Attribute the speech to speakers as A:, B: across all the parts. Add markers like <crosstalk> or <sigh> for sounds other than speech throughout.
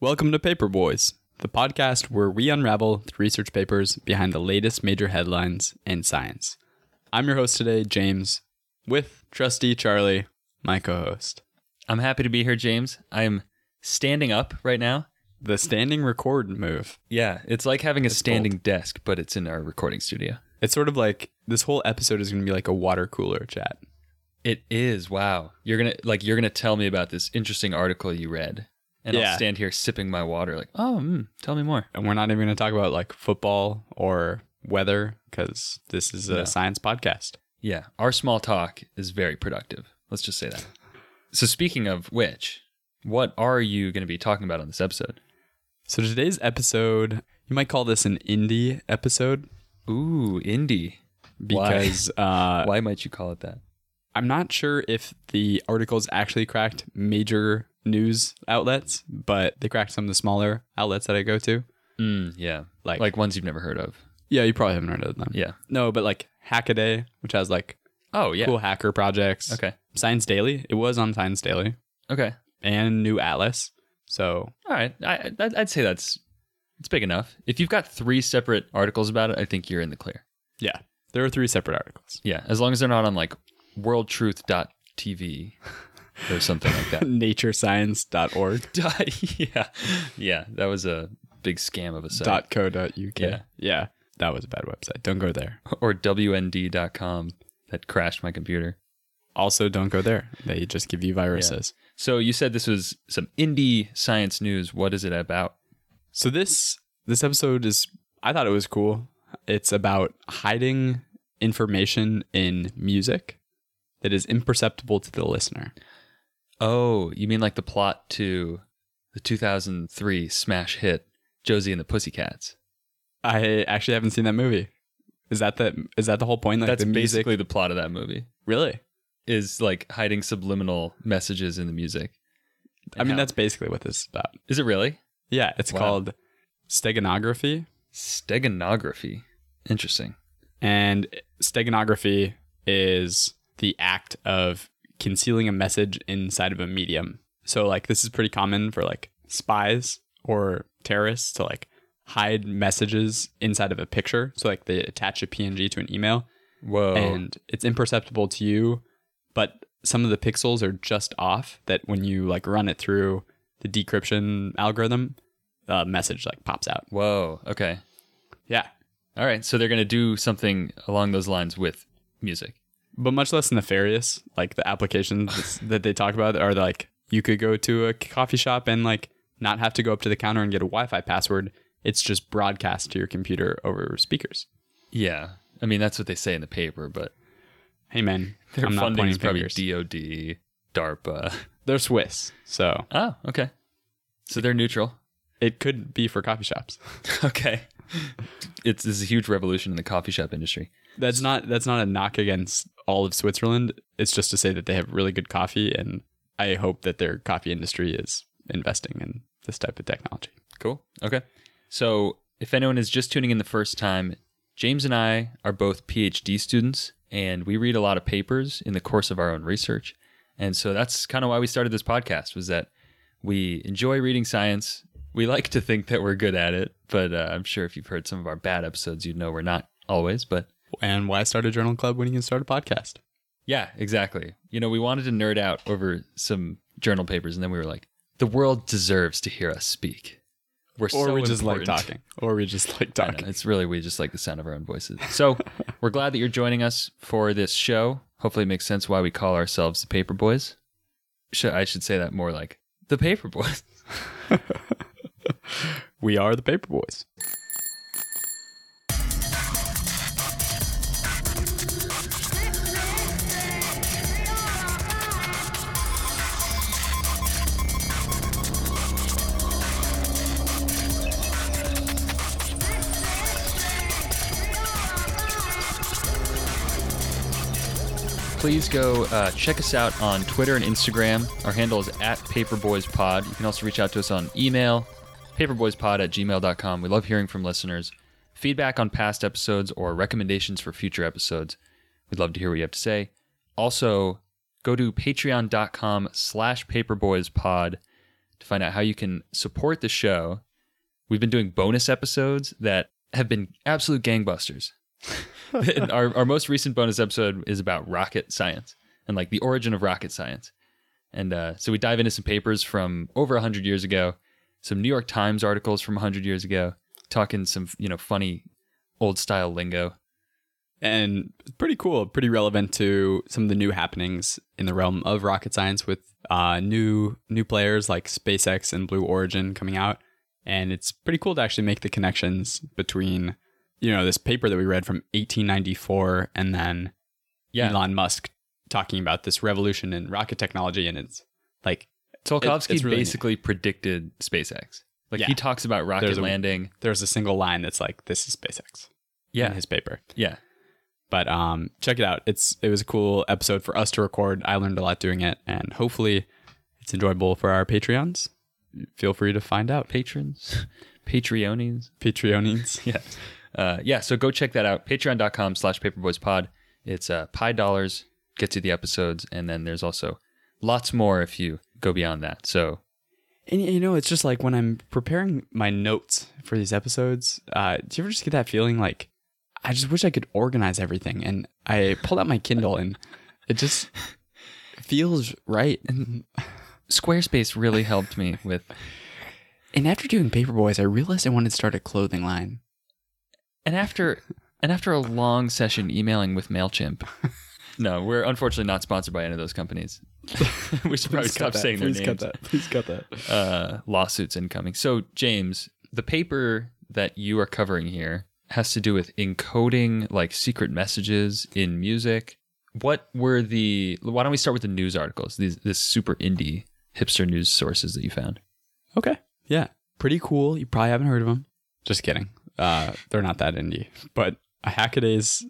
A: Welcome to Paper Boys, the podcast where we unravel the research papers behind the latest major headlines in science. I'm your host today, James, with trustee Charlie, my co host.
B: I'm happy to be here, James. I'm standing up right now.
A: The standing record move.
B: Yeah, it's like having a standing desk, but it's in our recording studio.
A: It's sort of like this whole episode is going to be like a water cooler chat.
B: It is. Wow. You're going to like you're going to tell me about this interesting article you read. And
A: Yeah.
B: I'll stand here sipping my water like, "Oh, mm, tell me more."
A: And we're not even going to talk about like football or weather because this is a
B: No.
A: science podcast.
B: Yeah, our small talk is very productive. Let's just say that. So speaking of which, what are you going to be talking about on this episode?
A: So today's episode, you might call this an indie episode
B: Ooh, indie.
A: because
B: <laughs>
A: uh,
B: Why might you call it that?
A: I'm not sure if the articles actually cracked major news outlets, but they cracked some of the smaller outlets that I go to.
B: Mm, yeah.
A: Like-
B: like ones you've never heard of.
A: Yeah, you probably haven't heard of them.
B: Yeah.
A: No, but like Hackaday, which has like
B: Oh, yeah.
A: cool hacker projects.
B: Okay.
A: Science Daily, it was on Science Daily,
B: Okay.
A: and New Atlas. So
B: All right, I, I I'd say that's it's big enough. If you've got three separate articles about it, I think you're in the clear.
A: yeah, there were three separate <laughs> articles.
B: Yeah, as long as they're not on like
A: <laughs>
B: worldtruth.tv or something like that.
A: Naturescience.org.
B: Dot- yeah, yeah, that was a big scam of a site.
A: dot co dot uk.
B: Yeah.
A: yeah, that was a bad website. Don't go there.
B: Or wnd.com that crashed my computer.
A: Also, don't go there. They just give you viruses.
B: So you said this was some indie science news. What is it about?
A: So this this episode is I thought it was cool. It's about hiding information in music that is imperceptible to the listener.
B: Oh, you mean like the plot to the 2003 smash hit Josie and the Pussycats?
A: I actually haven't seen that movie. Is that the is that the whole point? Like
B: That's
A: the music,
B: basically the plot of that movie.
A: really.
B: is like hiding subliminal messages in the music.
A: I mean,
B: how-
A: that's basically what this is about.
B: Is it really?
A: Yeah, it's
B: Wow.
A: called steganography,
B: Steganography. Interesting.
A: and steganography is the act of concealing a message inside of a medium. So like this is pretty common for like spies or terrorists to like hide messages inside of a picture. So like they attach a PNG to an email
B: Whoa.
A: and it's imperceptible to you, but some of the pixels are just off that when you like run it through the decryption algorithm, the message like pops out.
B: Whoa. Okay.
A: Yeah.
B: All right. So they're going to do something along those lines with music.
A: but much less nefarious. Like the
B: <sighs>
A: applications that they talk about are like you could go to a coffee shop and like not have to go up to the counter and get a Wi-Fi password. It's just broadcast to your computer over speakers.
B: Yeah. I mean, that's what they say in the paper, but
A: Hey man,
B: their
A: I'm not
B: funding
A: pointing
B: is probably
A: fingers.
B: DOD, DARPA. <laughs>
A: They're Swiss, so
B: Oh, okay. So they're neutral. <laughs>
A: it could be for coffee shops.
B: okay. It's this is a huge revolution in the coffee shop industry.
A: That's not that's not a knock against all of Switzerland. It's just to say that they have really good coffee, and I hope that their coffee industry is investing in this type of technology.
B: Cool. Okay. So, if anyone is just tuning in the first time, James and I are both PhD students and we read a lot of papers in the course of our own research. And so that's kind of why we started this podcast was that we enjoy reading science. We like to think that we're good at it, but uh, I'm sure if you've heard some of our bad episodes, you'd know we're not always, but
A: And why start a journal club when you can start a podcast?
B: yeah, exactly. You know, we wanted to nerd out over some journal papers and then we were like, the world deserves to hear us speak. We're
A: or
B: so
A: we just
B: important. <laughs>
A: like talking or we just like
B: I know,
A: talking
B: It's really we just like the sound of our own voices. So <laughs> we're glad that you're joining us for this show. Hopefully, it makes sense why we call ourselves the Paper Boys. Should I should say that more like the Paper Boys?
A: we are the paper boys
B: Please go uh, check us out on Twitter and Instagram. Our handle is at PaperboysPod. You can also reach out to us on email, paperboyspod at gmail.com. We love hearing from listeners. Feedback on past episodes or recommendations for future episodes. We'd love to hear what you have to say. Also, go to patreon.com slash paperboyspod to find out how you can support the show. We've been doing bonus episodes that have been absolute gangbusters. <laughs> And our, our most recent bonus episode is about rocket science and like the origin of rocket science. And uh, so we dive into some papers from over 100 years ago, some New York Times articles from 100 years ago, talking some, you know, funny old style lingo.
A: and pretty cool, pretty relevant to some of the new happenings in the realm of rocket science with uh, new new players like SpaceX and Blue Origin coming out, and it's pretty cool to actually make the connections between you know this paper that we read from 1894 and then
B: Yeah.
A: Elon Musk talking about this revolution in rocket technology, and it's like
B: Tolkovsky
A: it's really neat.
B: basically predicted SpaceX. Like he
A: Yeah.
B: talks about rocket
A: There's a-
B: landing.
A: there's a single line that's like this is SpaceX in
B: Yeah.
A: his paper.
B: Yeah.
A: but um check it out it's it was a cool episode for us to record i learned a lot doing it and hopefully it's enjoyable for our patreons feel free to find out
B: Patrons, <laughs> Patreonies.
A: patreonies
B: <laughs> Yeah. Uh, yeah. So go check that out. Patreon.com slash paperboyspod. It's uh, pie dollars, gets you the episodes. And then there's also lots more if you go beyond that. So
A: <laughs> and you know it's just like when i'm preparing my notes for these episodes uh do you ever just get that feeling like i just wish i could organize everything and i pulled out my kindle and it just feels right <laughs> and
B: Squarespace really helped me with.
A: and after doing paperboys i realized i wanted to start a clothing line
B: And after. And after a long session emailing with MailChimp,
A: <laughs>
B: no, we're unfortunately not sponsored by any of those companies. <laughs> we should probably stop saying their names.
A: that please cut that
B: uh, lawsuits incoming. So, James, the paper that you are covering here has to do with encoding like secret messages in music. What were the? Why don't we start with the news articles? These this super indie hipster news sources that you found.
A: Okay. Yeah. Pretty cool. You probably haven't heard of them. Just kidding. Uh, they're not that indie. But Hackaday's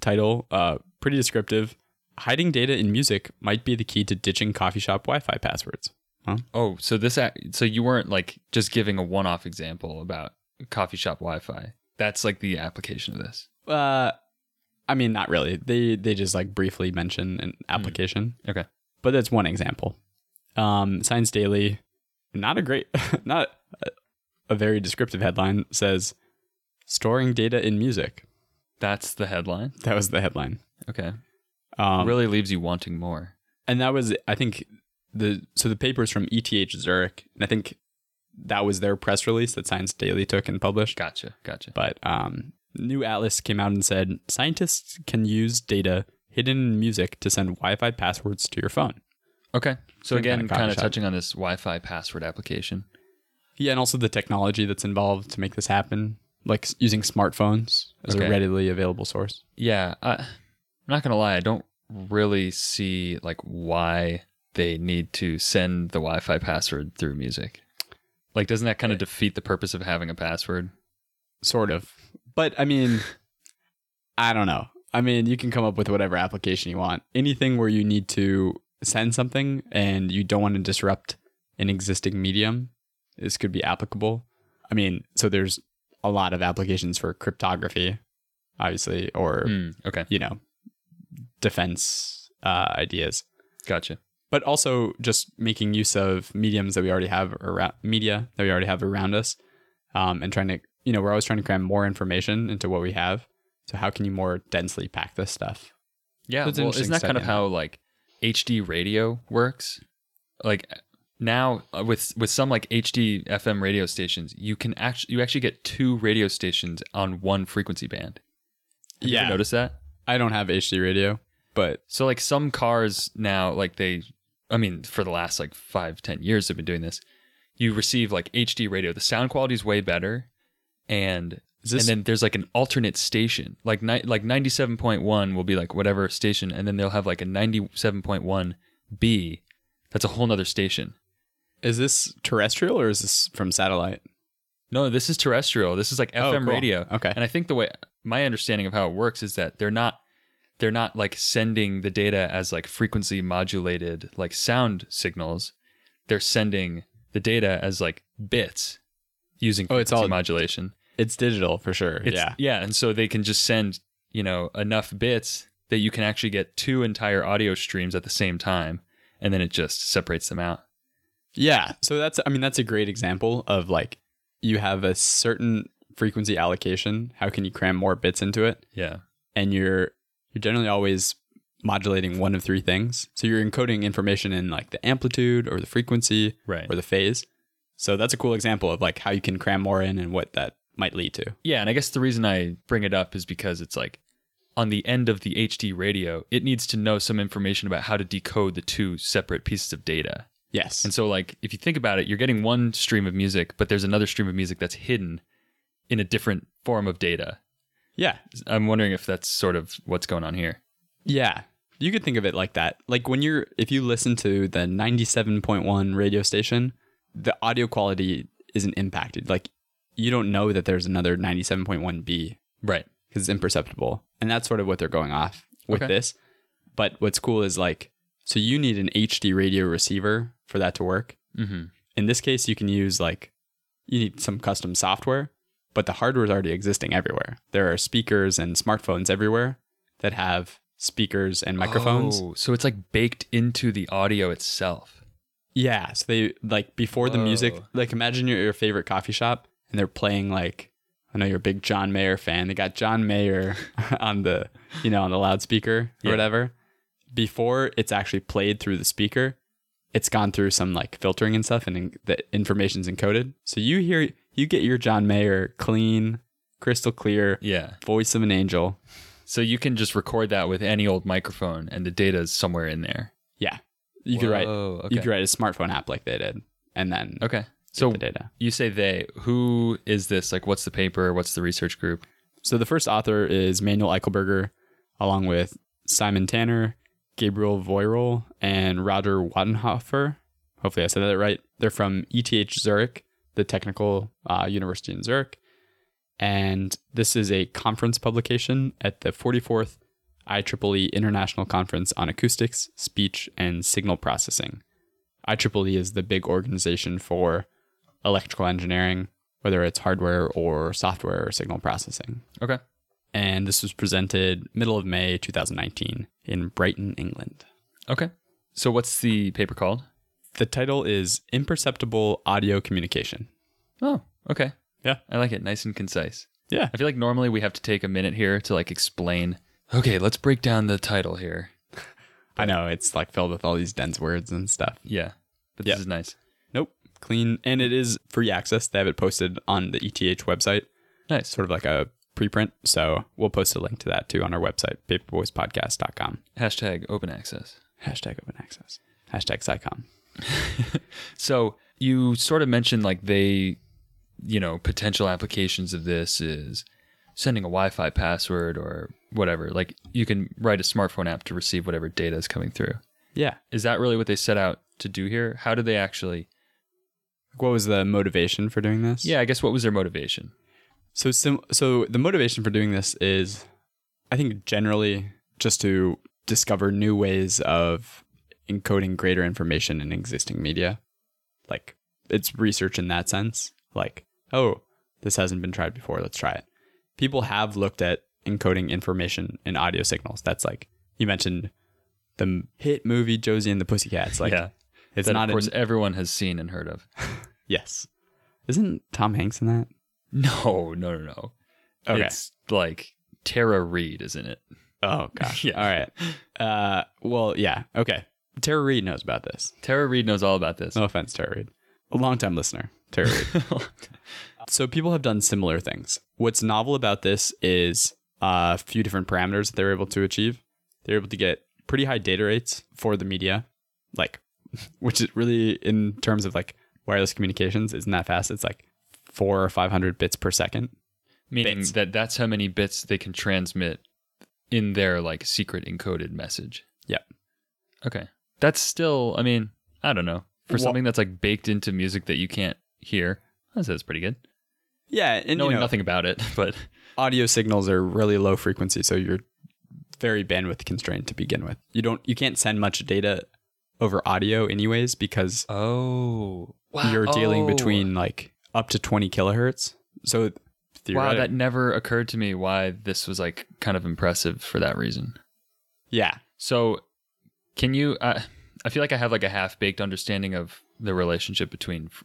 A: title, uh, pretty descriptive. Hiding data in music might be the key to ditching coffee shop Wi-Fi passwords.
B: Oh, so this ac- so you weren't like just giving a one-off example about coffee shop Wi-Fi. That's like the application of this.
A: Uh, I mean, not really. They they just like briefly mention an application.
B: Okay.
A: But that's one example. Um, Science Daily, not a great, <laughs> not a, a very descriptive headline. Says storing data in music.
B: That's the headline.
A: That was the headline.
B: Okay,
A: Um,
B: really leaves you wanting more.
A: and that was i think the so the paper is from eth zurich and i think that was their press release that science daily took and published
B: Gotcha, gotcha.
A: but um, new atlas came out and said scientists can use data hidden in music to send wi-fi passwords to your phone
B: Okay. So
A: Same
B: again,
A: kinda coffee
B: kind of
A: shop.
B: touching on this Wi-Fi password application.
A: yeah and also the technology that's involved to make this happen like s- using smartphones as
B: Okay.
A: a readily available source
B: Yeah, I, I'm not gonna lie. I don't really see like why they need to send the Wi-Fi password through music. Like, doesn't that kind of defeat the purpose of having a password?
A: sort of but i mean i don't know i mean you can come up with whatever application you want anything where you need to send something and you don't want to disrupt an existing medium this could be applicable i mean so there's a lot of applications for cryptography obviously or
B: Mm, okay,
A: you know defense uh, ideas
B: gotcha.
A: but also just making use of mediums that we already have around media that we already have around us um, and trying to you know we're always trying to cram more information into what we have so how can you more densely pack this stuff
B: Yeah,
A: So it's an
B: well,
A: interesting
B: isn't that
A: study
B: kind of
A: in
B: how like HD radio works? Like now uh, with with some like HD FM radio stations, you can actually you actually get two radio stations on one frequency band. Have you ever noticed that?
A: i don't have hd radio but
B: So like some cars now, like they, I mean, for the last like five, ten years, they've been doing this. You receive like HD radio. The sound quality is way better, and
A: Is this-
B: and then there's like an alternate station, like ni- like ninety seven point one will be like whatever station, and then they'll have like a ninety seven point one B. That's a whole nother station.
A: is this terrestrial or is this from satellite
B: No, this is terrestrial. This is like
A: Oh,
B: FM
A: cool.
B: radio.
A: Okay.
B: And I think the way my understanding of how it works is that they're not they're not like sending the data as like frequency modulated like sound signals. They're sending the data as like bits using
A: Oh, it's
B: frequency
A: all-
B: modulation.
A: it's digital for sure
B: It's-
A: yeah
B: Yeah, and so they can just send, you know, enough bits that you can actually get two entire audio streams at the same time and then it just separates them out.
A: Yeah. So that's I mean that's a great example of like you have a certain frequency allocation. How can you cram more bits into it?
B: Yeah.
A: And you're you're generally always modulating one of three things. So you're encoding information in like the amplitude or the frequency
B: Right.
A: or the phase. So that's a cool example of like how you can cram more in and what that might lead to.
B: Yeah, and I guess the reason I bring it up is because it's like on the end of the HD radio, it needs to know some information about how to decode the two separate pieces of data.
A: Yes.
B: And so like if you think about it, you're getting one stream of music, but there's another stream of music that's hidden in a different form of data.
A: yeah.
B: I'm wondering if that's sort of what's going on here.
A: Yeah. You could think of it like that. Like when you're, if you listen to the 97.1 radio station, the audio quality isn't impacted. Like you don't know that there's another 97.1B because
B: Right.
A: it's imperceptible. And that's sort of what they're going off with
B: Okay.
A: this. But what's cool is like, so you need an HD radio receiver for that to work.
B: Mm-hmm.
A: In this case, you can use like, you need some custom software, but the hardware is already existing everywhere. There are speakers and smartphones everywhere that have speakers and microphones.
B: Oh, so it's like baked into the audio itself.
A: Yeah, so they like before the music.
B: Whoa.
A: Like imagine you're at your favorite coffee shop and they're playing like I know you're a big John Mayer fan. They got John Mayer <laughs> on the you know on the loudspeaker or
B: Yeah.
A: whatever. Before it's actually played through the speaker, it's gone through some like filtering and stuff, and in- the information's encoded. So you hear you get your John Mayer clean, crystal clear
B: Yeah.
A: voice of an angel.
B: So you can just record that with any old microphone and the data is somewhere in there.
A: Yeah, you could write
B: Whoa,
A: you
B: okay.
A: could write a smartphone app like they did, and then get
B: Okay. So
A: the data.
B: you say they. Who is this? Like, what's the paper? What's the research group?
A: So the first author is Manuel Eichelberger, along with Simon Tanner, Gabriel Voirol, and Roger Wattenhofer. Hopefully I said that right. They're from ETH Zurich, the technical uh, university in Zurich. And this is a conference publication at the 44th IEEE E International Conference on Acoustics, Speech, and Signal Processing. IEEE is the big organization for electrical engineering, whether it's hardware or software or signal processing
B: Okay.
A: and this was presented middle of May 2019 in Brighton, England.
B: Okay. So what's the paper called?
A: The title is Imperceptible Audio Communication.
B: Oh, okay.
A: Yeah.
B: I like it. Nice and concise.
A: Yeah.
B: I feel like normally we have to take a minute here to like explain. Okay, let's break down the title here.
A: I know it's like filled with all these dense words and stuff.
B: Yeah. But
A: Yeah.
B: this is nice.
A: Nope, clean and it is free access. They have it posted on the ETH website,
B: Nice.
A: sort of like a preprint, so we'll post a link to that too on our website paperboyspodcast.com.
B: Hashtag open access.
A: Hashtag open access. Hashtag SciComm.
B: So you sort of mentioned like they, you know, potential applications of this is sending a Wi-Fi password or whatever. Like you can write a smartphone app to receive whatever data is coming through.
A: Yeah.
B: Is that really what they set out to do here? How did they actually?
A: What was the motivation for doing this?
B: Yeah, I guess what was their motivation?
A: So sim- so the motivation for doing this is I think generally just to discover new ways of encoding greater information in existing media. Like it's research in that sense. Like, oh, this hasn't been tried before, let's try it. People have looked at encoding information in audio signals. That's like you mentioned the m- hit movie Josie and the Pussycats. Like it's
B: that
A: not
B: of course
A: in-
B: everyone has seen and heard of.
A: yes. Isn't Tom Hanks in that?
B: <laughs> No, no, no, no. It's like Tara Reid, isn't it?
A: Oh <laughs> gosh.
B: Yeah.
A: All right. Uh, well, yeah. Okay. Tara Reid knows about this.
B: Tara Reid knows all about this.
A: No offense, Tara Reid. A longtime listener, Tara <laughs> Reid.
B: Oh.
A: so people have done similar things. What's novel about this is uh, a few different parameters that they were able to achieve. They were able to get pretty high data rates for the media, like, <laughs> which is really in terms of like wireless communications isn't that fast. It's like four or five hundred bits per second.
B: <laughs> Meaning
A: Bits.
B: that that's how many bits they can transmit in their like secret encoded message.
A: Yep.
B: Okay. That's still, I mean, I don't know. For
A: Wha-
B: something that's like baked into music that you can't hear, that sounds pretty good.
A: Yeah, and
B: Knowing
A: you know,
B: nothing about it, <laughs> but
A: audio signals are really low frequency, so you're very bandwidth constrained to begin with. You don't you can't send much data over audio anyways because
B: oh, wow.
A: you're dealing between like up to 20 kilohertz. So
B: Wow,
A: theoretically,
B: that never occurred to me why this was like kind of impressive for that reason.
A: yeah.
B: So, can you? Uh, I feel like I have like a half baked understanding of the relationship between. f-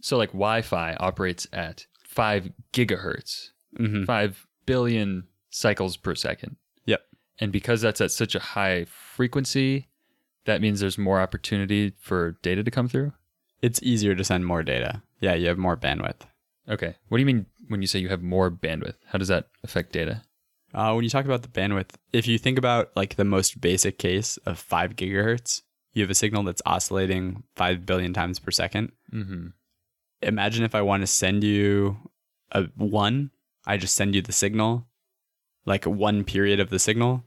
B: So like Wi-Fi operates at five gigahertz,
A: hmm
B: five billion cycles per second.
A: Yep.
B: And because that's at such a high frequency, that means there's more opportunity for data to come through.
A: It's easier to send more data. Yeah, you have more bandwidth.
B: Okay. What do you mean when you say you have more bandwidth? How does that affect data?
A: Uh, when you talk about the bandwidth, if you think about like the most basic case of five gigahertz, you have a signal that's oscillating five billion times per second.
B: Mm-hmm.
A: Imagine if I want to send you a one, I just send you the signal, like one period of the signal,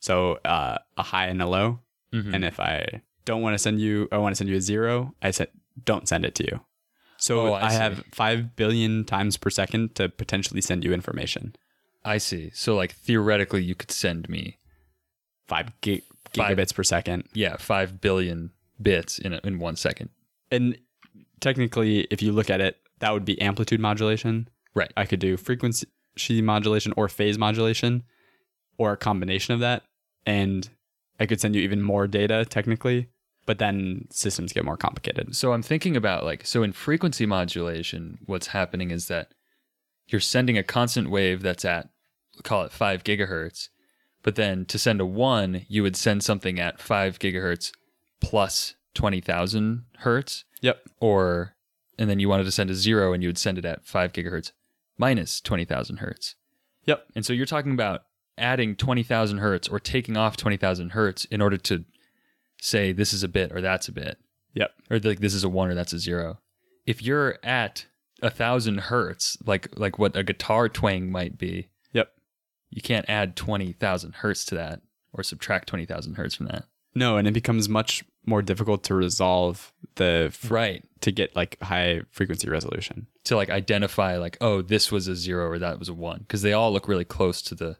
A: so uh, a high and a low.
B: Mhm.
A: And if I don't want to send you, I want to send you a zero. I said don't send it to you. So
B: Oh, I
A: I,
B: see.
A: have five billion times per second to potentially send you information.
B: I see. So like theoretically, you could send me
A: Five gig-
B: Five.
A: gigabits per second.
B: yeah five billion bits in a, in one second.
A: and technically if you look at it that would be amplitude modulation
B: Right.
A: i could do frequency modulation or phase modulation or a combination of that and i could send you even more data technically but then systems get more complicated
B: So I'm thinking about like so in frequency modulation, what's happening is that you're sending a constant wave that's at call it five gigahertz, but then to send a one, you would send something at five gigahertz plus twenty thousand hertz.
A: yep
B: or and then you wanted to send a zero and you would send it at five gigahertz minus 20,000 hertz.
A: Yep.
B: And so you're talking about adding 20,000 hertz or taking off 20,000 hertz in order to say this is a bit or that's a bit.
A: Yep.
B: Or like this is a one or that's a zero. If you're at a thousand hertz, like like what a guitar twang might be,
A: yep
B: you can't add 20,000 hertz to that or subtract 20,000 hertz from that.
A: no and it becomes much more difficult to resolve the fr-
B: Right.
A: to get like high frequency resolution
B: to like identify like oh this was a zero or that was a one because they all look really close to the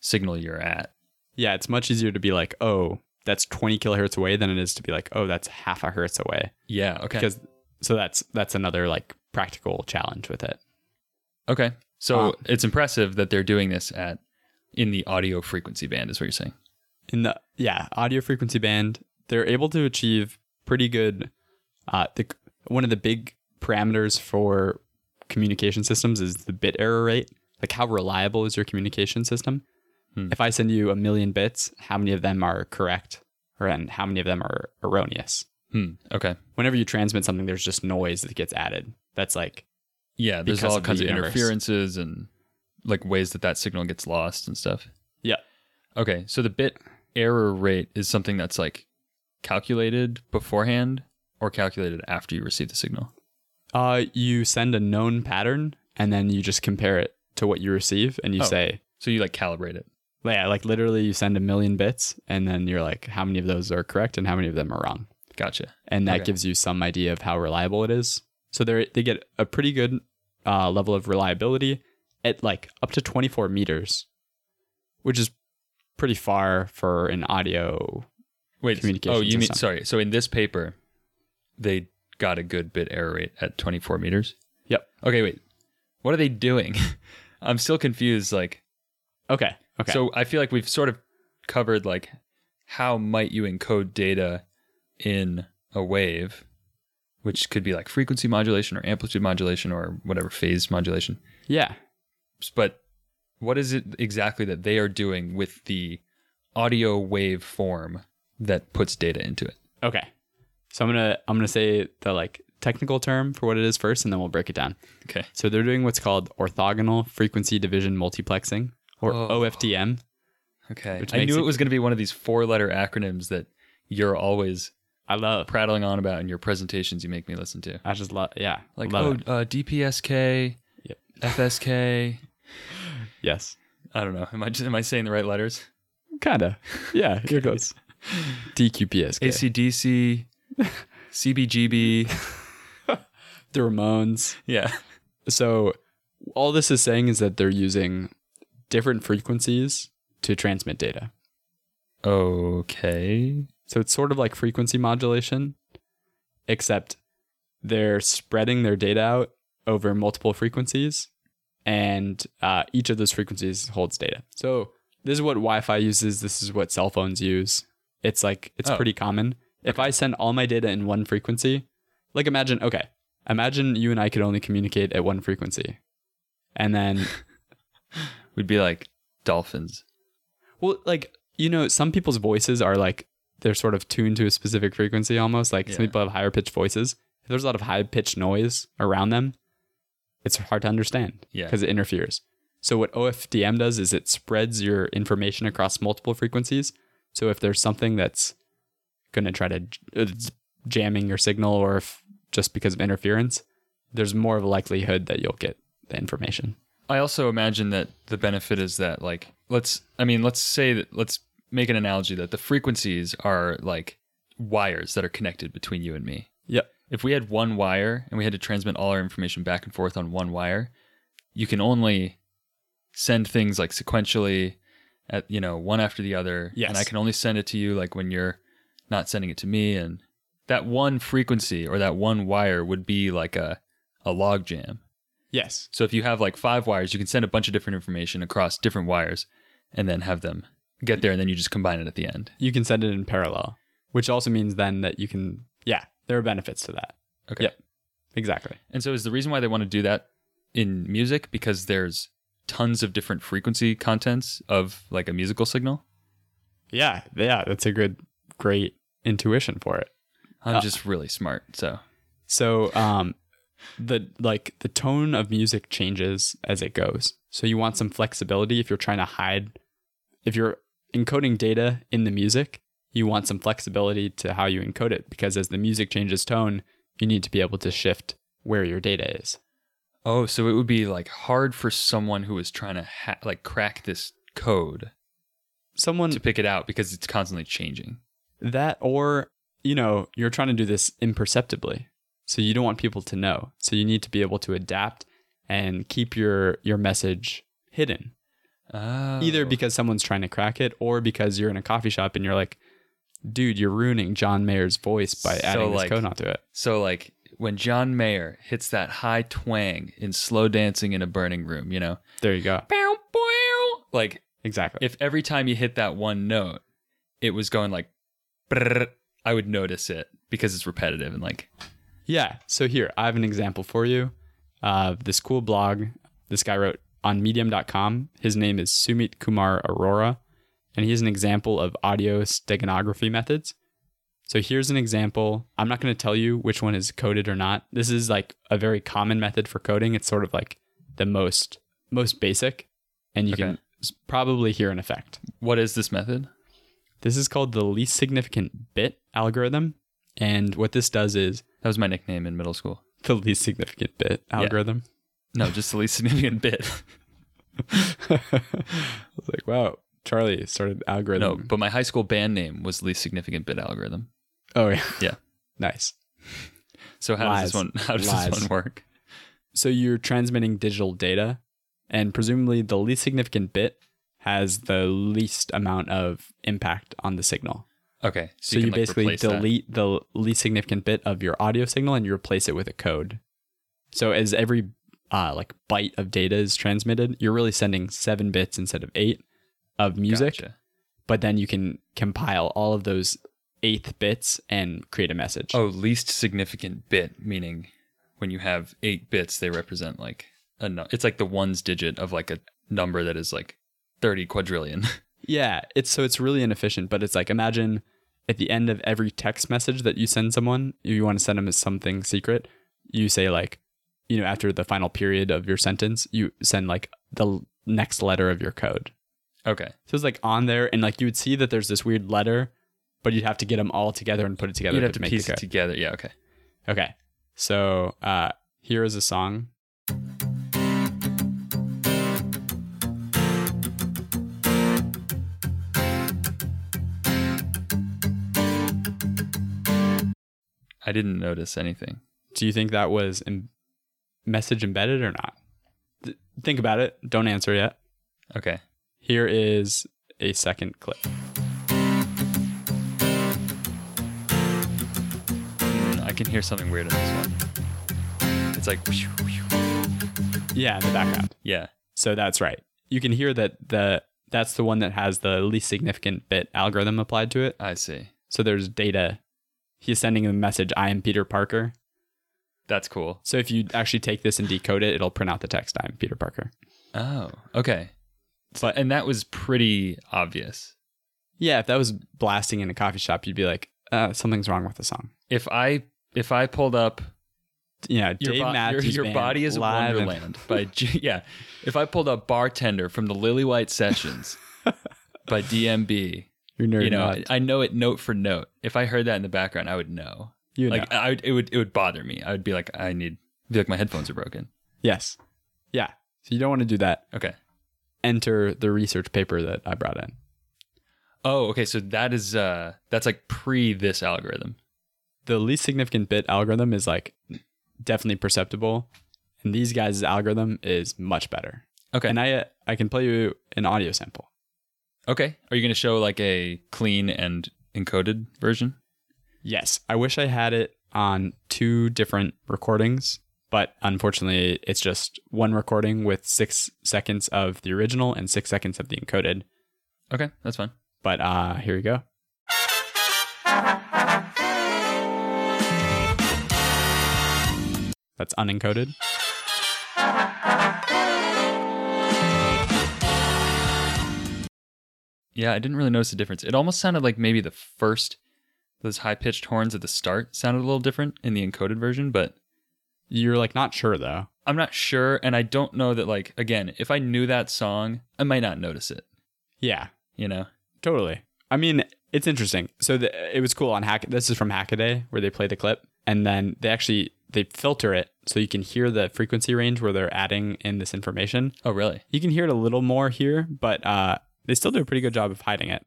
B: signal you're at
A: yeah it's much easier to be like oh that's 20 kilohertz away than it is to be like oh that's half a hertz away
B: yeah okay
A: because so that's that's another like practical challenge with it
B: okay so
A: Um,
B: it's impressive that they're doing this at in the audio frequency band is what you're saying
A: in the yeah audio frequency band they're able to achieve pretty good uh the one of the big parameters for communication systems is the bit error rate like how reliable is your communication system
B: Hmm.
A: if i send you a million bits how many of them are correct or and how many of them are erroneous
B: hmm okay
A: whenever you transmit something there's just noise that gets added that's like
B: yeah there's
A: Because
B: all
A: of the
B: kinds of
A: universe.
B: interferences and like ways that that signal gets lost and stuff
A: yeah
B: okay so the bit error rate is something that's like calculated beforehand or calculated after you receive the signal
A: Uh, you send a known pattern and then you just compare it to what you receive and you
B: Oh.
A: say,
B: so you like calibrate it
A: yeah, like literally you send a million bits and then you're like, how many of those are correct and how many of them are wrong?
B: gotcha
A: And that
B: Okay.
A: gives you some idea of how reliable it is. So they they get a pretty good uh, level of reliability at like up to 24 meters, which is pretty far for an audio.
B: Wait,
A: communication
B: Oh, you mean
A: system.
B: sorry. So in this paper, they got a good bit error rate at 24 meters.
A: Yep.
B: Okay, wait. What are they doing? <laughs> I'm still confused. Like,
A: Okay. Okay.
B: so I feel like we've sort of covered like how might you encode data in a wave, which could be like frequency modulation or amplitude modulation or whatever phase modulation.
A: yeah.
B: But what is it exactly that they are doing with the audio wave form that puts data into it?
A: Okay. So I'm gonna I'm gonna say the like technical term for what it is first, and then we'll break it down.
B: Okay.
A: So they're doing what's called orthogonal frequency division multiplexing, or
B: Oh.
A: OFDM.
B: Okay.
A: Which
B: I
A: makes
B: knew
A: it-
B: it was going to be one of these four letter acronyms that you're always
A: I love.
B: prattling on about in your presentations you make me listen to.
A: I just love. Yeah.
B: Like,
A: love
B: oh,
A: it.
B: uh, DPSK,
A: Yep.
B: FSK.
A: yes,
B: I don't know. Am I, am I saying the right letters?
A: kinda. <laughs> Yeah, here goes. DQPS,
B: ACDC,
A: <laughs>
B: CBGB.
A: the Ramones.
B: Yeah.
A: So all this is saying is that they're using different frequencies to transmit data.
B: Okay.
A: So it's sort of like frequency modulation, except they're spreading their data out over multiple frequencies, and uh, each of those frequencies holds data. So this is what Wi-Fi uses. This is what cell phones use. It's like it's
B: Oh.
A: pretty common. If I send all my data in one frequency, like imagine, okay, imagine you and I could only communicate at one frequency. And then,
B: We'd be like dolphins.
A: well, like, you know, some people's voices are like, they're sort of tuned to a specific frequency almost. Like some
B: Yeah.
A: people have higher pitched voices. If there's a lot of high pitched noise around them, it's hard to understand
B: Yeah.
A: because it interferes. So, what OFDM does is it spreads your information across multiple frequencies. So, if there's something that's going to try to j- uh, it's jamming your signal or if just because of interference, there's more of a likelihood that you'll get the information.
B: I also imagine that the benefit is that like let's I mean let's say that let's make an analogy that the frequencies are like wires that are connected between you and me.
A: Yep.
B: If we had one wire and we had to transmit all our information back and forth on one wire, you can only send things like sequentially at you know one after the other
A: Yes.
B: and I can only send it to you like when you're not sending it to me and that one frequency or that one wire would be like a a log jam.
A: Yes.
B: So if you have like five wires, you can send a bunch of different information across different wires and then have them get there and then you just combine it at the end.
A: You can send it in parallel, which also means then that you can, yeah, there are benefits to that.
B: Okay.
A: Yep. Exactly.
B: And so is the reason why they want to do that in music because there's tons of different frequency contents of like a musical signal?
A: Yeah. Yeah. That's a good, great intuition for it.
B: I'm
A: Uh,
B: just really smart. So
A: So um the like the tone of music changes as it goes. So you want some flexibility if you're trying to hide if you're encoding data in the music, you want some flexibility to how you encode it because as the music changes tone, you need to be able to shift where your data is.
B: Oh, so it would be like hard for someone who is trying to ha- like crack this code
A: Someone
B: to pick it out because it's constantly changing.
A: that or you know, you're trying to do this imperceptibly. So you don't want people to know. So you need to be able to adapt and keep your your message hidden.
B: Oh.
A: either because someone's trying to crack it or because you're in a coffee shop and you're like dude you're ruining john mayer's voice by
B: So,
A: adding
B: like-
A: this code onto it
B: So like when John Mayer hits that high twang in slow dancing in a burning room, you know,
A: there you go
B: Bow, bow. like
A: exactly
B: if every time you hit that one note, it was going like, brrr, I would notice it because it's repetitive and like,
A: yeah so here i have an example for you uh, this cool blog this guy wrote on medium.com his name is sumit kumar arora and he's an example of audio steganography methods so here's an example i'm not going to tell you which one is coded or not this is like a very common method for coding it's sort of like the most most basic and you
B: Okay.
A: can s- probably hear an effect
B: what is this method?
A: this is called the least significant bit algorithm and what this does is
B: That was my nickname in middle school.
A: the least significant bit algorithm
B: No, just the least <laughs> significant bit.
A: i was <laughs> like wow charlie started
B: No,
A: algorithm
B: but my high school band name was least significant bit algorithm.
A: oh yeah
B: Yeah.
A: <laughs> nice
B: So how does
A: Lies.
B: this one how does
A: Lies.
B: this one work?
A: so you're transmitting digital data and presumably the least significant bit has the least amount of impact on the signal
B: Okay.
A: so you,
B: can, like,
A: basically
B: replace that.
A: delete the least significant bit of your audio signal and you replace it with a code so as every uh, like byte of data is transmitted you're really sending seven bits instead of eight of music
B: Gotcha.
A: but then you can compile all of those eighth bits and create a message
B: Oh, least significant bit, meaning when you have eight bits, they represent like a nu- It's like the ones digit of like a number that is like 30 quadrillion. <laughs>
A: Yeah, it's so it's really inefficient, but it's like imagine at the end of every text message that you send someone, you want to send them as something secret, you say like, you know, after the final period of your sentence, you send like the l- next letter of your code.
B: okay.
A: So it's like on there, and like you would see that there's this weird letter, but you'd have to get them all together and put it together
B: You'd have
A: to
B: to
A: make
B: piece
A: the
B: it
A: code.
B: together. Yeah, okay.
A: okay, so uh, here is a song.
B: I didn't notice anything.
A: Do you think that was em- message embedded or not? Th- think about it. Don't answer yet.
B: Okay.
A: Here is a second clip.
B: Mm, I can hear something weird in this one. It's like,
A: Yeah, in the background.
B: yeah.
A: So that's right. You can hear that the that's the one that has the least significant bit algorithm applied to it.
B: I see.
A: So there's data he's sending the message, I am Peter Parker.
B: That's cool.
A: So if you actually take this and decode it, it'll print out the text, I'm Peter Parker.
B: Oh, okay. But and that was pretty obvious.
A: Yeah, if that was blasting in a coffee shop, you'd be like, uh, something's wrong with the song.
B: If I if I pulled up
A: Yeah,
B: your,
A: Dave
B: bo- your-
A: Matthews
B: your
A: Band
B: body is a
A: live in-
B: wonderland by J- <laughs> yeah. If I pulled up bartender from the Lily White <laughs> Sessions by DMB,
A: You're nerd.
B: you know,
A: nuts.
B: I know it note for note. If I heard that in the background, I would know.
A: you know.
B: like I would, it would it would bother me. I would be like, I need be like my headphones are broken.
A: yes, yeah. So you don't want to do that.
B: Okay.
A: Enter the research paper that I brought in.
B: Oh, okay. So that is uh that's like pre this algorithm.
A: The least significant bit algorithm is like definitely perceptible, and these guys' algorithm is much better.
B: Okay.
A: And I uh, I can play you an audio sample.
B: okay. Are you gonna show like a clean and encoded version?
A: Yes, I wish I had it on two different recordings, but unfortunately, it's just one recording with six seconds of the original and six seconds of the encoded.
B: Okay, that's fine.
A: But uh, here we go. That's unencoded.
B: Yeah, I didn't really notice the difference. It almost sounded like maybe the first those high pitched horns at the start sounded a little different in the encoded version, but
A: You're like not sure though.
B: I'm not sure and I don't know that like again, if I knew that song, I might not notice it,
A: Yeah,
B: you know.
A: totally. I mean, it's interesting. So the, it was cool on Hack. This is from Hackaday where they play the clip, and then they actually they filter it so you can hear the frequency range where they're adding in this information.
B: Oh, really?
A: You can hear it a little more here, but uh, they still do a pretty good job of hiding it.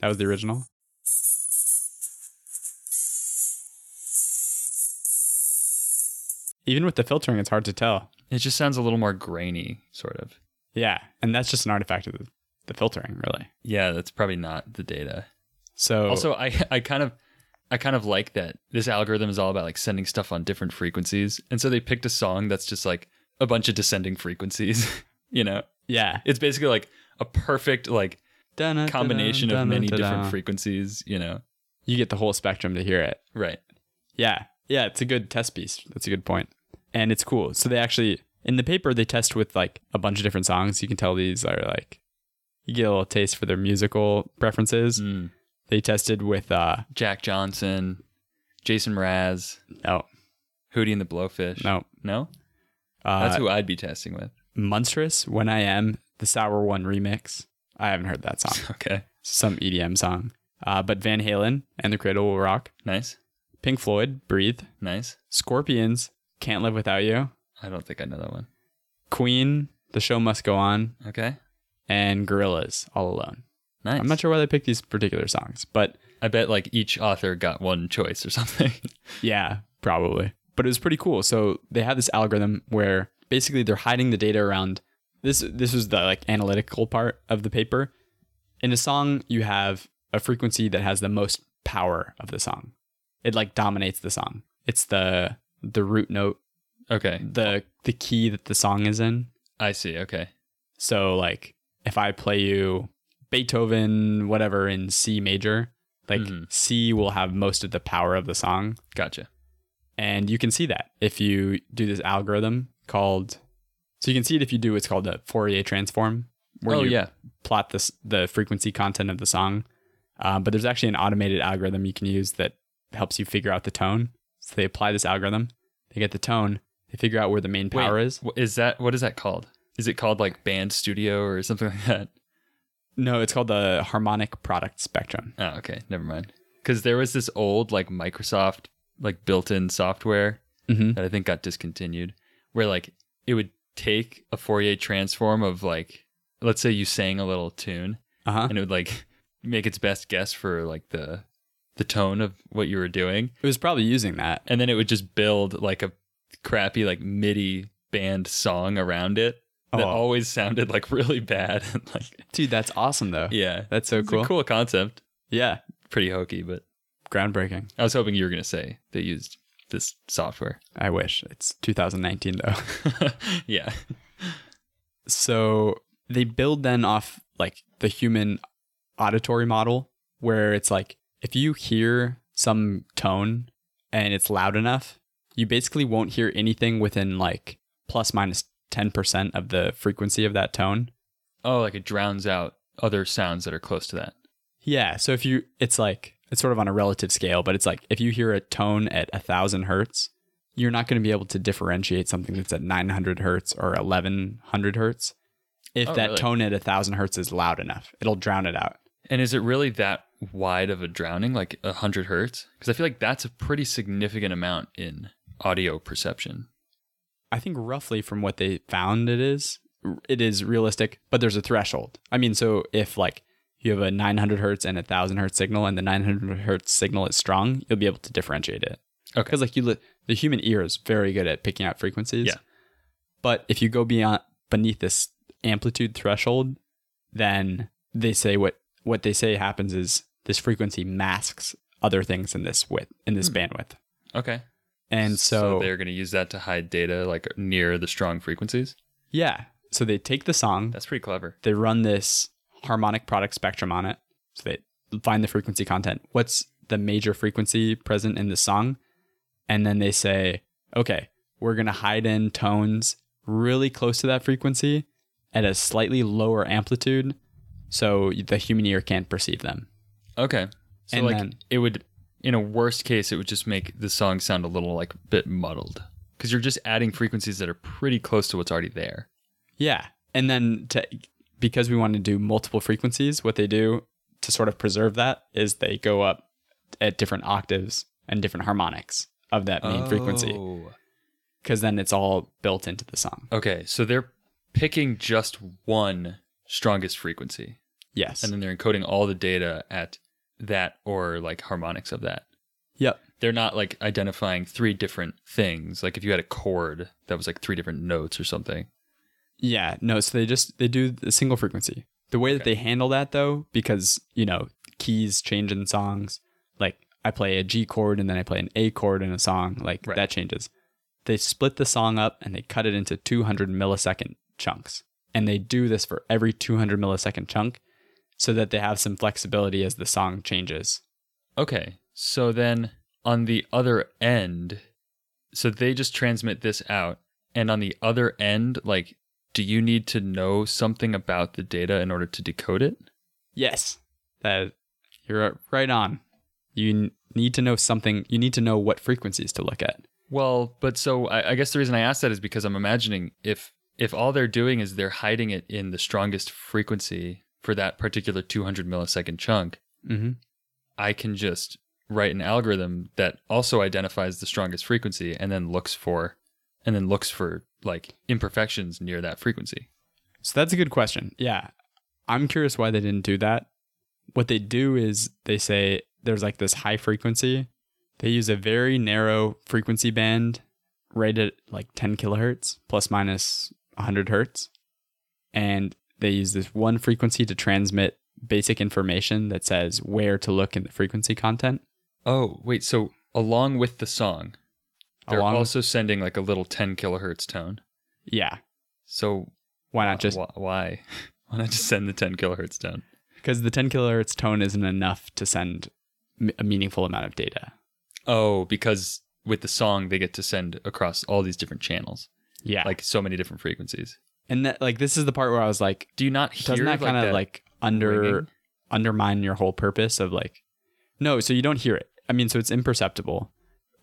A: That was the original. Even with the filtering, it's hard to tell.
B: It just sounds a little more grainy, sort of.
A: Yeah, and that's just an artifact of the, the filtering, really.
B: Yeah, that's probably not the data.
A: So
B: Also, I <laughs> I kind of I kind of like that this algorithm is all about like sending stuff on different frequencies, and so they picked a song that's just like a bunch of descending frequencies. <laughs> you know,
A: yeah,
B: it's basically like a perfect like <laughs> combination of many different frequencies. You know,
A: You get the whole spectrum to hear it.
B: right?
A: Yeah. Yeah, it's a good test piece. That's a good point. And it's cool. So they actually in the paper they test with like a bunch of different songs. You can tell these are like you get a little taste for their musical preferences.
B: Mm.
A: They tested with uh
B: Jack Johnson, Jason Mraz,
A: no,
B: Hootie and the Blowfish.
A: no.
B: no,
A: Uh
B: that's who I'd be testing with. <laughs>
A: Monstrous When I Am, the Sour One remix. I haven't heard that
B: <laughs>
A: song.
B: Okay,
A: Some EDM song. Uh, but Van Halen and the Cradle Will Rock,
B: nice,
A: Pink Floyd, Breathe,
B: nice.
A: Scorpions, Can't Live Without You,
B: I don't think I know that one.
A: Queen, The Show Must Go On,
B: Okay,
A: and Gorillas, All Alone.
B: nice.
A: I'm not sure why they picked these particular songs, but
B: I bet like each author got one choice or <laughs> something.
A: yeah, probably. But it was pretty cool. So they have this algorithm where basically they're hiding the data around this this was the like analytical part of the paper. In a song, you have a frequency that has the most power of the song. It like dominates the song. It's the the root note,
B: okay,
A: the the key that the song is in.
B: I see. Okay.
A: So like if I play you Beethoven whatever in C major, like
B: Mhm.
A: C will have most of the power of the song
B: Gotcha.
A: and you can see that if you do this algorithm called so you can see it if you do what's called a Fourier transform where
B: oh
A: you
B: yeah.
A: plot this the frequency content of the song. Uh, but there's actually an automated algorithm you can use that helps you figure out the tone. So they apply this algorithm, they get the tone, they figure out where the main power
B: Wait,
A: is.
B: wh- Is that what is that called? Is it called like band studio or something <laughs> like that?
A: No, it's called the harmonic product spectrum.
B: Oh, okay. Never mind. Because there was this old like Microsoft like built-in software
A: Mhm.
B: that I think got discontinued, where like it would take a Fourier transform of like let's say you sang a little tune
A: Uh huh.
B: and it would like <laughs> make its best guess for like the the tone of what you were doing
A: It was probably using that.
B: and then it would just build like a crappy like MIDI band song around it that
A: Oh.
B: always sounded like <laughs> really bad. and like,
A: Dude, that's awesome though.
B: yeah,
A: That's so
B: it's
A: cool.
B: a cool concept.
A: Yeah.
B: Pretty hokey, but
A: Groundbreaking.
B: I was hoping you were gonna say they used this software. <laughs>
A: I wish. It's 2019 though.
B: yeah,
A: <laughs> So they build then off like the human auditory model where it's like if you hear some tone and it's loud enough, you basically won't hear anything within like plus minus 10% of the frequency of that tone.
B: Oh, like it drowns out other sounds that are close to that.
A: Yeah. So if you, it's like, it's sort of on a relative scale, but it's like if you hear a tone at a thousand hertz, you're not going to be able to differentiate something that's at 900 hertz or 1100 hertz. If
B: Oh,
A: that
B: really?
A: tone at a thousand hertz is loud enough, it'll drown it out.
B: And is it really that wide of a drowning, like 100 hertz? Because I feel like that's a pretty significant amount in audio perception.
A: I think roughly from what they found, it is it is realistic, but there's a threshold. I mean, so if like you have a 900 hertz and a thousand hertz signal, and the 900 hertz signal is strong, you'll be able to differentiate it.
B: Okay.
A: because like you, li- the human ear is very good at picking out frequencies.
B: Yeah.
A: but if you go beyond beneath this amplitude threshold, then they say what what they say happens is this frequency masks other things in this width in this bandwidth,
B: Okay.
A: and so,
B: Hmm. they're going to use that to hide data like near the strong frequencies.
A: yeah, so they take the song.
B: That's pretty clever.
A: they run this harmonic product spectrum on it. So they find the frequency content. What's the major frequency present in the song? And then they say, okay, we're going to hide in tones really close to that frequency at a slightly lower amplitude so the human ear can't perceive them.
B: Okay. So
A: And
B: like
A: then-
B: it would in a worst case it would just make the song sound a little like bit muddled cuz you're just adding frequencies that are pretty close to what's already there.
A: Yeah. And then to, because we want to do multiple frequencies, what they do to sort of preserve that is they go up at different octaves and different harmonics of that main frequency. because then it's all built into the song.
B: Oh. Okay, so they're picking just one strongest frequency
A: Yes.
B: and then they're encoding all the data at that or like harmonics of that.
A: yep.
B: They're not like identifying three different things. Like if you had a chord that was like three different notes or something.
A: Yeah. No. So they just they do the single frequency. The way that
B: Okay.
A: they handle that though, because you know keys change in songs. Like I play a G chord and then I play an A chord in a song. Like
B: Right.
A: that changes. They split the song up and they cut it into 200 millisecond chunks. And they do this for every 200 millisecond chunk so that they have some flexibility as the song changes.
B: Okay. So then on the other end, so they just transmit this out. And on the other end, like, do you need to know something about the data in order to decode it?
A: Yes, that you're right on. You n- need to know something. You need to know what frequencies to look at.
B: Well, but so I, I guess the reason I asked that is because I'm imagining if if all they're doing is they're hiding it in the strongest frequency for that particular 200 millisecond chunk,
A: Mm-hmm.
B: I can just write an algorithm that also identifies the strongest frequency and then looks for and then looks for like imperfections near that frequency.
A: So that's a good question. Yeah, I'm curious why they didn't do that. What they do is they say there's like this high frequency. They use a very narrow frequency band, rated at like 10 kilohertz plus minus 100 hertz, and they use this one frequency to transmit basic information that says where to look in the frequency content.
B: Oh, wait, so along with the song, they're
A: Along-
B: also sending like a little 10 kilohertz tone.
A: Yeah,
B: So
A: why
B: Uh,
A: not just
B: wh- why <laughs> why not just send the 10 kilohertz tone?
A: because the 10 kilohertz tone isn't enough to send m- a meaningful amount of data.
B: Oh, because with the song they get to send across all these different channels,
A: Yeah, like
B: like so many different frequencies.
A: and that like this is the part where I was like,
B: Do you not
A: doesn't
B: hear
A: that kind of
B: that-
A: like under
B: ringing?
A: undermine your whole purpose of like, no, so you don't hear it. I mean, so it's imperceptible.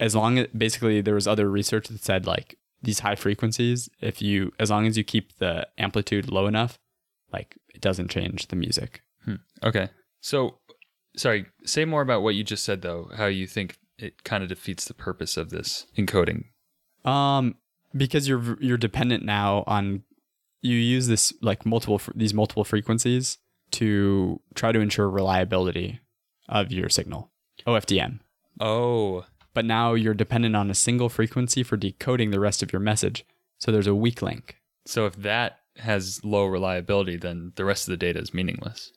A: As long as basically there was other research that said like these high frequencies, if you as long as you keep the amplitude low enough, like it doesn't change the music.
B: Okay. So, sorry, say more about what you just said, though, how you think it kind of defeats the purpose of this encoding.
A: Um, because you're you're dependent now on you use this like multiple fr- these multiple frequencies to try to ensure reliability of your signal OFDM.
B: Oh,
A: But now you're dependent on a single frequency for decoding the rest of your message. So there's a weak link.
B: so if that has low reliability, then the rest of the data
A: <laughs>
B: is meaningless.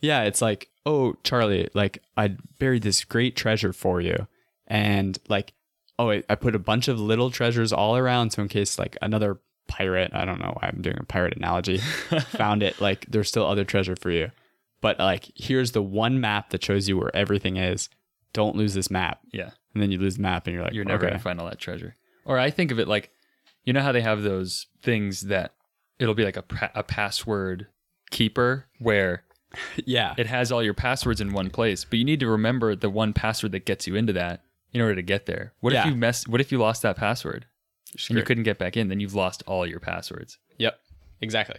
A: Yeah, it's like, oh, Charlie, like I buried this great treasure for you, and like, oh, I, I put a bunch of little treasures all around, so in case like another pirate, I don't know why I'm doing a pirate analogy, found it, like there's still other treasure for you. But like here's the one map that shows you where everything is. Don't lose this map.
B: Yeah.
A: And then you lose the map and you're like,
B: You're never
A: okay. <laughs>
B: going to find all that treasure. Or I think of it like, you know how they have those things that it'll be like a, pa- a password keeper where
A: Yeah.
B: it has all your passwords in one place, but you need to remember the one password that gets you into that in order to get there. What
A: Yeah.
B: if you mess? What if you lost that password and you
A: Screwed.
B: couldn't get back in? Then you've lost all your passwords.
A: Yep. Exactly.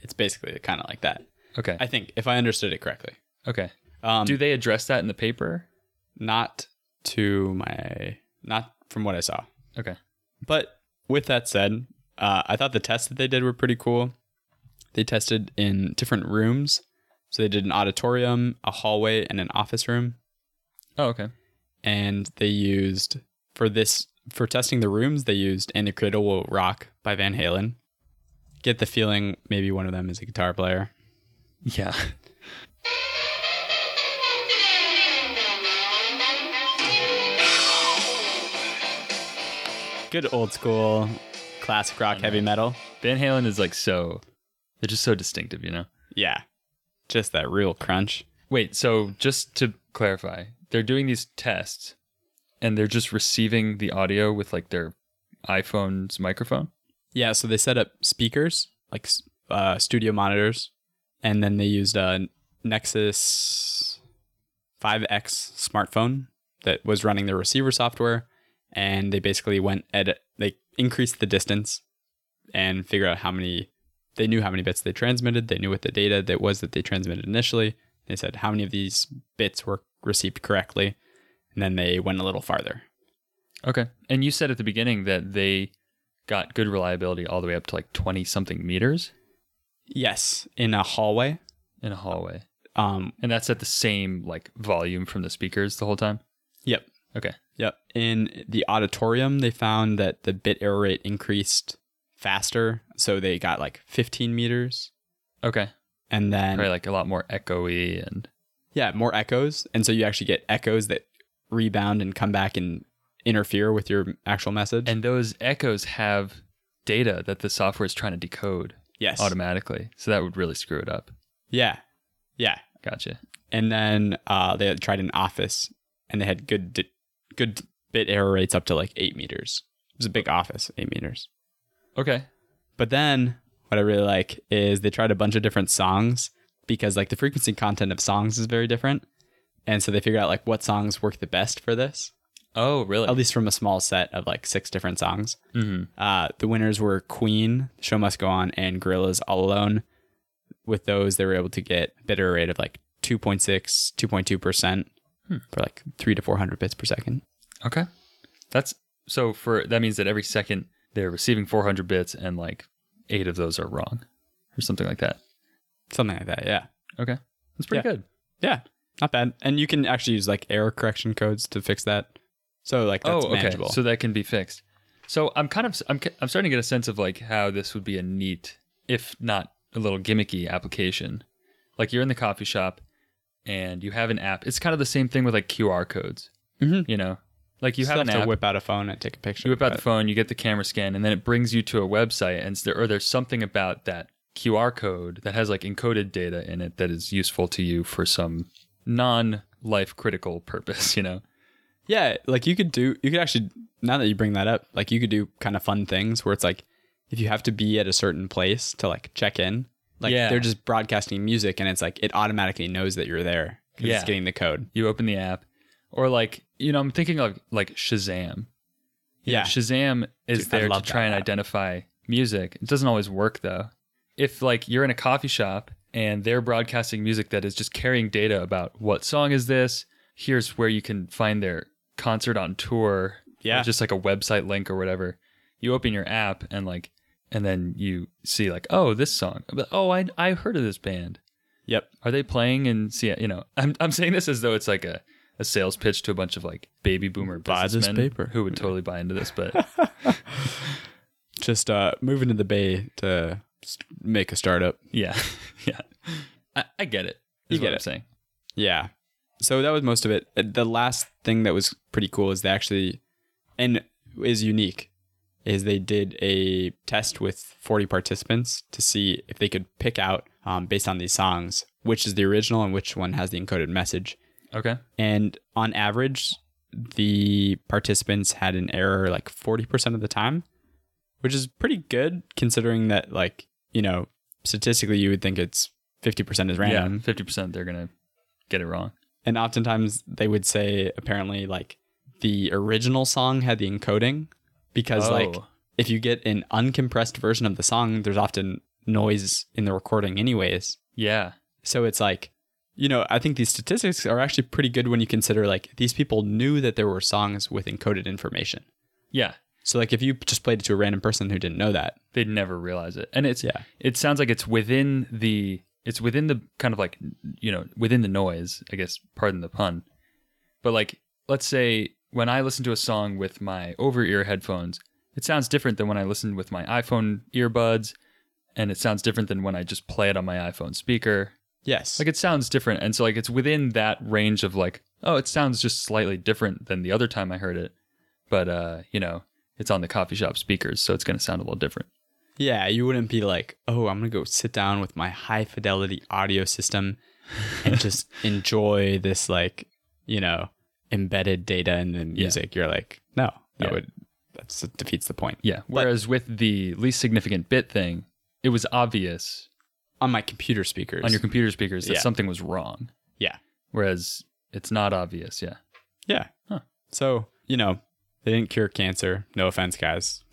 A: It's basically kind of like that.
B: Okay.
A: I think if I understood it correctly.
B: okay.
A: Um,
B: Do they address that in the paper?
A: not to my not from what I saw.
B: Okay.
A: But with that said, uh, I thought the tests that they did were pretty cool. They tested in different rooms. So they did an auditorium, a hallway, and an office room.
B: Oh, okay.
A: And they used for this for testing the rooms, they used "And the Cradle Will Rock" by Van Halen. Get the feeling maybe one of them is a guitar player.
B: Yeah. <laughs>
A: Good old school classic rock heavy metal.
B: Van Halen is like so. They're just so distinctive, you know.
A: Yeah. Just that real crunch.
B: Wait. So just to clarify, they're doing these tests, and they're just receiving the audio with like their iPhone's microphone.
A: Yeah, so they set up speakers, like s- uh, studio monitors, and then they used a Nexus 5X smartphone that was running their receiver software, and they basically went edit. They increased the distance and figure out how many. They knew how many bits they transmitted. They knew what the data that was that they transmitted initially. They said how many of these bits were received correctly, and then they went a little farther.
B: Okay. And you said at the beginning that they got good reliability all the way up to like 20 something meters
A: Yes, in a hallway.
B: in a hallway.
A: Um,
B: And that's at the same like volume from the speakers the whole time.
A: yep.
B: Okay.
A: Yep. In the auditorium, they found that the bit error rate increased faster. So they got like 15 meters.
B: Okay.
A: And then,
B: Probably like a lot more echoey and
A: yeah, more echoes. And so you actually get echoes that rebound and come back and interfere with your actual message.
B: and those echoes have data that the software is trying to decode
A: yes.
B: automatically. So that would really screw it up.
A: Yeah. Yeah.
B: Gotcha.
A: And then uh, they tried an office and they had good, di- good bit error rates up to like eight meters. It was a big office, eight meters.
B: Okay.
A: But then what I really like is they tried a bunch of different songs because like the frequency content of songs is very different. And so they figured out like what songs work the best for this,
B: Oh, really?
A: at least from a small set of like six different songs.
B: Mhm.
A: Uh, the winners were Queen, The Show Must Go On, and Gorillaz All Alone. With those, they were able to get a bit error rate of like 2.6, 2.2% for like three to 400 bits per second.
B: Okay. That's so for that means that every second they're receiving 400 bits and like 8 of those are wrong or something like that.
A: Something like that. Yeah.
B: Okay. That's pretty
A: Yeah.
B: good.
A: Yeah, not bad. And you can actually use like error correction codes to fix that. So like that's manageable.
B: Oh, So that can be fixed. So I'm kind of I'm ca- I'm starting to get a sense of like how this would be a neat, if not a little gimmicky application. Like you're in the coffee shop, and you have an app. It's kind of the same thing with like QR codes.
A: Mhm.
B: You know, like you
A: you
B: have
A: have
B: an
A: to
B: app.
A: whip out a phone and take a picture.
B: you whip out the
A: but-
B: phone, you get the camera scan, and then it brings you to a website. And s- there or there's something about that QR code that has like encoded data in it that is useful to you for some non life critical purpose. <laughs> You know.
A: Yeah, like you could do. You could actually now that you bring that up, like you could do kind of fun things where it's like if you have to be at a certain place to like check in, like
B: Yeah.
A: they're just broadcasting music and it's like it automatically knows that you're there. 'cause
B: Yeah.
A: it's getting the code.
B: you open the app or like you know i'm thinking of like shazam You know,
A: Yeah.
B: shazam is
A: Dude, I
B: there to
A: love
B: try
A: that
B: and
A: app.
B: identify music it doesn't always work though if like you're in a coffee shop and they're broadcasting music that is just carrying data about what song is this here's where you can find their concert on tour
A: Yeah.
B: or just like a website link or whatever you open your app and like and then you see like oh this song But, oh i i heard of this band
A: Yep.
B: are they playing in Seattle? You know, I'm, I'm saying this as though it's like a, a sales pitch to a bunch of like baby boomer
A: Buy this
B: businessmen
A: paper.
B: who would totally buy into this,
A: <laughs>
B: but
A: Just uh, moving to the bay to s- make a startup.
B: yeah, <laughs> yeah, I, I get it.
A: You
B: is what
A: get
B: I'm
A: it.
B: saying.
A: Yeah. So that was most of it. Uh, The last thing that was pretty cool is they actually and is unique is they did a test with 40 participants to see if they could pick out, um, based on these songs, which is the original and which one has the encoded message.
B: Okay.
A: And on average, the participants had an error like 40% of the time, which is pretty good considering that, like, you know, statistically, you would think it's 50% is random.
B: Yeah. Fifty percent they're gonna get it wrong.
A: And oftentimes they would say, apparently, like, the original song had the encoding because, like,
B: Oh.
A: if you get an uncompressed version of the song, there's often noise in the recording, anyways.
B: Yeah.
A: So it's like, you know, I think these statistics are actually pretty good when you consider like these people knew that there were songs with encoded information.
B: Yeah.
A: So like if you just played it to a random person who didn't know that,
B: They'd never realize it. And it's
A: Yeah.
B: it sounds like it's within the it's within the kind of like you know, within the noise, I guess, pardon the pun. But like let's say when I listen to a song with my over ear headphones, it sounds different than when I listen with my iPhone earbuds, and it sounds different than when I just play it on my iPhone speaker.
A: yes,
B: Like it sounds different. And so like it's within that range of like, oh, it sounds just slightly different than the other time I heard it. But uh, you know, it's on the coffee shop speakers, so it's gonna sound a little different.
A: yeah, you wouldn't be like, oh, I'm gonna go sit down with my high fidelity audio system and
B: <laughs>
A: just enjoy this like, you know, embedded data in the music. You're like, no, that
B: Yeah.
A: would that's, that defeats the point.
B: Yeah. Whereas with the least significant bit thing, it was obvious
A: On my computer speakers,
B: on your computer speakers that
A: Yeah.
B: something was wrong.
A: yeah,
B: Whereas it's not obvious, yeah.
A: Yeah.
B: Huh.
A: So, you know, they didn't cure cancer. No offense,
B: <laughs>
A: guys.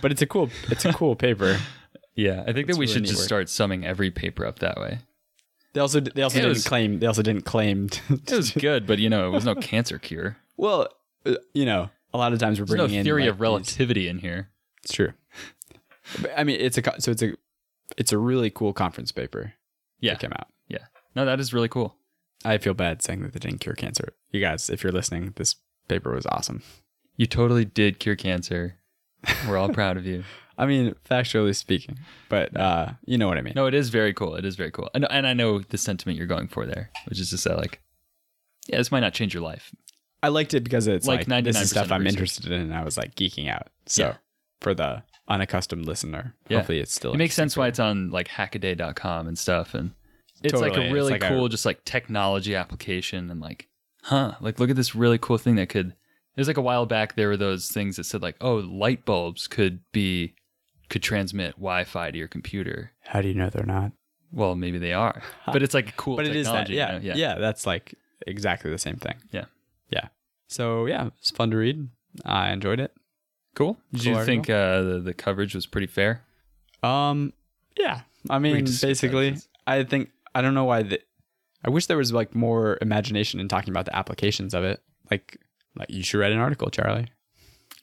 A: but it's a cool it's a cool paper.
B: Yeah. I think that
A: That's
B: we
A: really
B: should
A: neat
B: just
A: work.
B: start summing every paper up that way.
A: They also they also
B: It
A: didn't
B: was-
A: claim they also didn't claim
B: It <laughs> was good, but you know, it was no cancer cure.
A: <laughs> Well, uh, you know, a lot of times we're
B: There's
A: bringing
B: no theory
A: in like,
B: of relativity in here.
A: these- It's true. But, I mean, it's a co- so it's a it's a really cool conference paper
B: Yeah.
A: that came out.
B: Yeah. No, that is really cool.
A: I feel bad saying that they didn't cure cancer. You guys, if you're listening, this paper was awesome.
B: You totally did cure cancer. We're all proud of you. <laughs>
A: I mean, factually speaking, but uh, you know what I mean.
B: No, it is very cool. It is very cool. And, and I know the sentiment you're going for there, which is just that, like, yeah, this might not change your life.
A: I liked it because it's
B: Like
A: like, this is
B: 99%
A: stuff I'm
B: research.
A: interested in, and I was like geeking out. So
B: Yeah.
A: for the unaccustomed listener,
B: Yeah.
A: hopefully it's still
B: It makes sense why it's on, like, hackaday.com and stuff. And it's like
A: Totally.
B: a
A: It's
B: really
A: like a-
B: cool, just like technology application and, like, huh, like, look at this really cool thing that could. It was like a while back, there were those things that said, like, oh, light bulbs could be, could transmit Wi Fi to your computer.
A: How do you know they're not?
B: Well, maybe they
A: <laughs>
B: are, but it's like a cool
A: But it is that,
B: technology. you
A: yeah,
B: know?
A: yeah, That's like exactly the same thing.
B: Yeah.
A: yeah. So yeah, it's fun to read. I enjoyed it.
B: Cool. Did
A: Cool
B: you think uh, the, the coverage was pretty fair?
A: Um, yeah. I mean,
B: just-
A: basically, I think I don't know why. The, I wish there was like more imagination in talking about the applications of it. Like, like you should read an article, Charlie.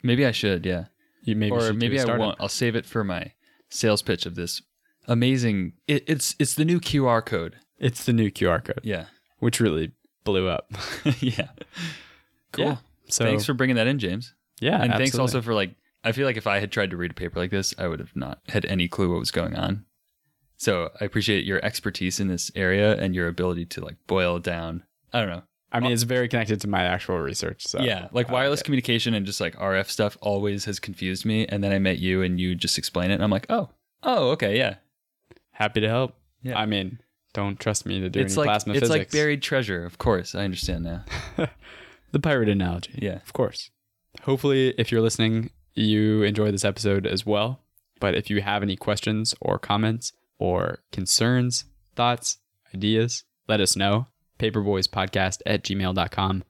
B: Maybe I should, yeah.
A: You maybe should
B: or
A: do
B: maybe
A: a
B: I
A: startup.
B: won't. I'll save it for my sales pitch of this amazing. It, it's it's the new QR code.
A: It's the new QR code,
B: Yeah, <laughs>
A: which really blew up. <laughs>
B: yeah. Cool.
A: Yeah. So
B: thanks for bringing that in, James.
A: yeah,
B: And thanks
A: absolutely.
B: also for like. I feel like if I had tried to read a paper like this, I would have not had any clue what was going on. So I appreciate your expertise in this area and your ability to like boil down. I don't know.
A: I mean, it's very connected to my actual research. So uh,
B: yeah, like
A: I
B: wireless
A: it.
B: communication and just like RF stuff always has confused me. And then I met you, and you just explain it, and I'm like, oh, oh, okay, yeah.
A: happy to help.
B: Yeah.
A: I mean, don't trust me to do
B: it's
A: any
B: like
A: plasma
B: it's
A: physics.
B: like buried treasure. Of course, I understand now. <laughs>
A: the pirate analogy.
B: Yeah.
A: of course. Hopefully, if you're listening, you enjoy this episode as well. But if you have any questions or comments or concerns, thoughts, ideas, let us know. Paperboyspodcast at gmail.com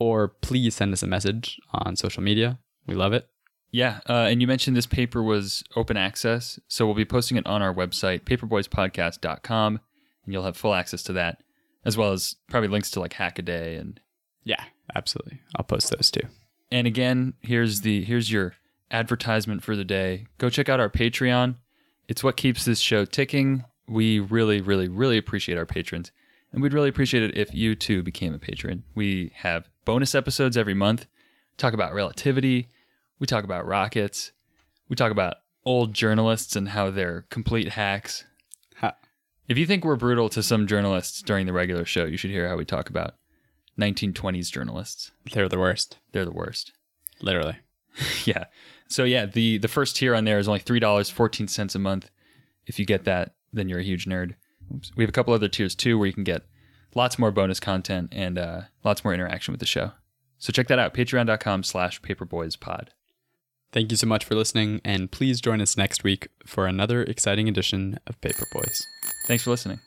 A: or please send us a message on social media. We love it.
B: Yeah, uh, and you mentioned this paper was open access, so we'll be posting it on our website, paperboyspodcast.com, and you'll have full access to that, as well as probably links to like Hackaday and
A: Yeah, absolutely. I'll post those too.
B: And again, here's the here's your advertisement for the day. Go check out our Patreon. It's what keeps this show ticking. We really, really, really appreciate our patrons. And we'd really appreciate it if you too became a patron. We have bonus episodes every month. Talk about relativity. We talk about rockets. We talk about old journalists and how they're complete hacks.
A: Ha.
B: If you think we're brutal to some journalists during the regular show, you should hear how we talk about 1920s journalists.
A: They're the worst,
B: They're the worst.
A: literally.
B: <laughs> yeah. So yeah, the the first tier on there is only three dollars fourteen cents a month. If you get that, then you're a huge nerd. Oops. We have a couple other tiers too, where you can get lots more bonus content and uh, lots more interaction with the show. So check that out: Patreon.com/slash PaperboysPod.
A: Thank you so much for listening, and please join us next week for another exciting edition of Paper Boys.
B: Thanks for listening.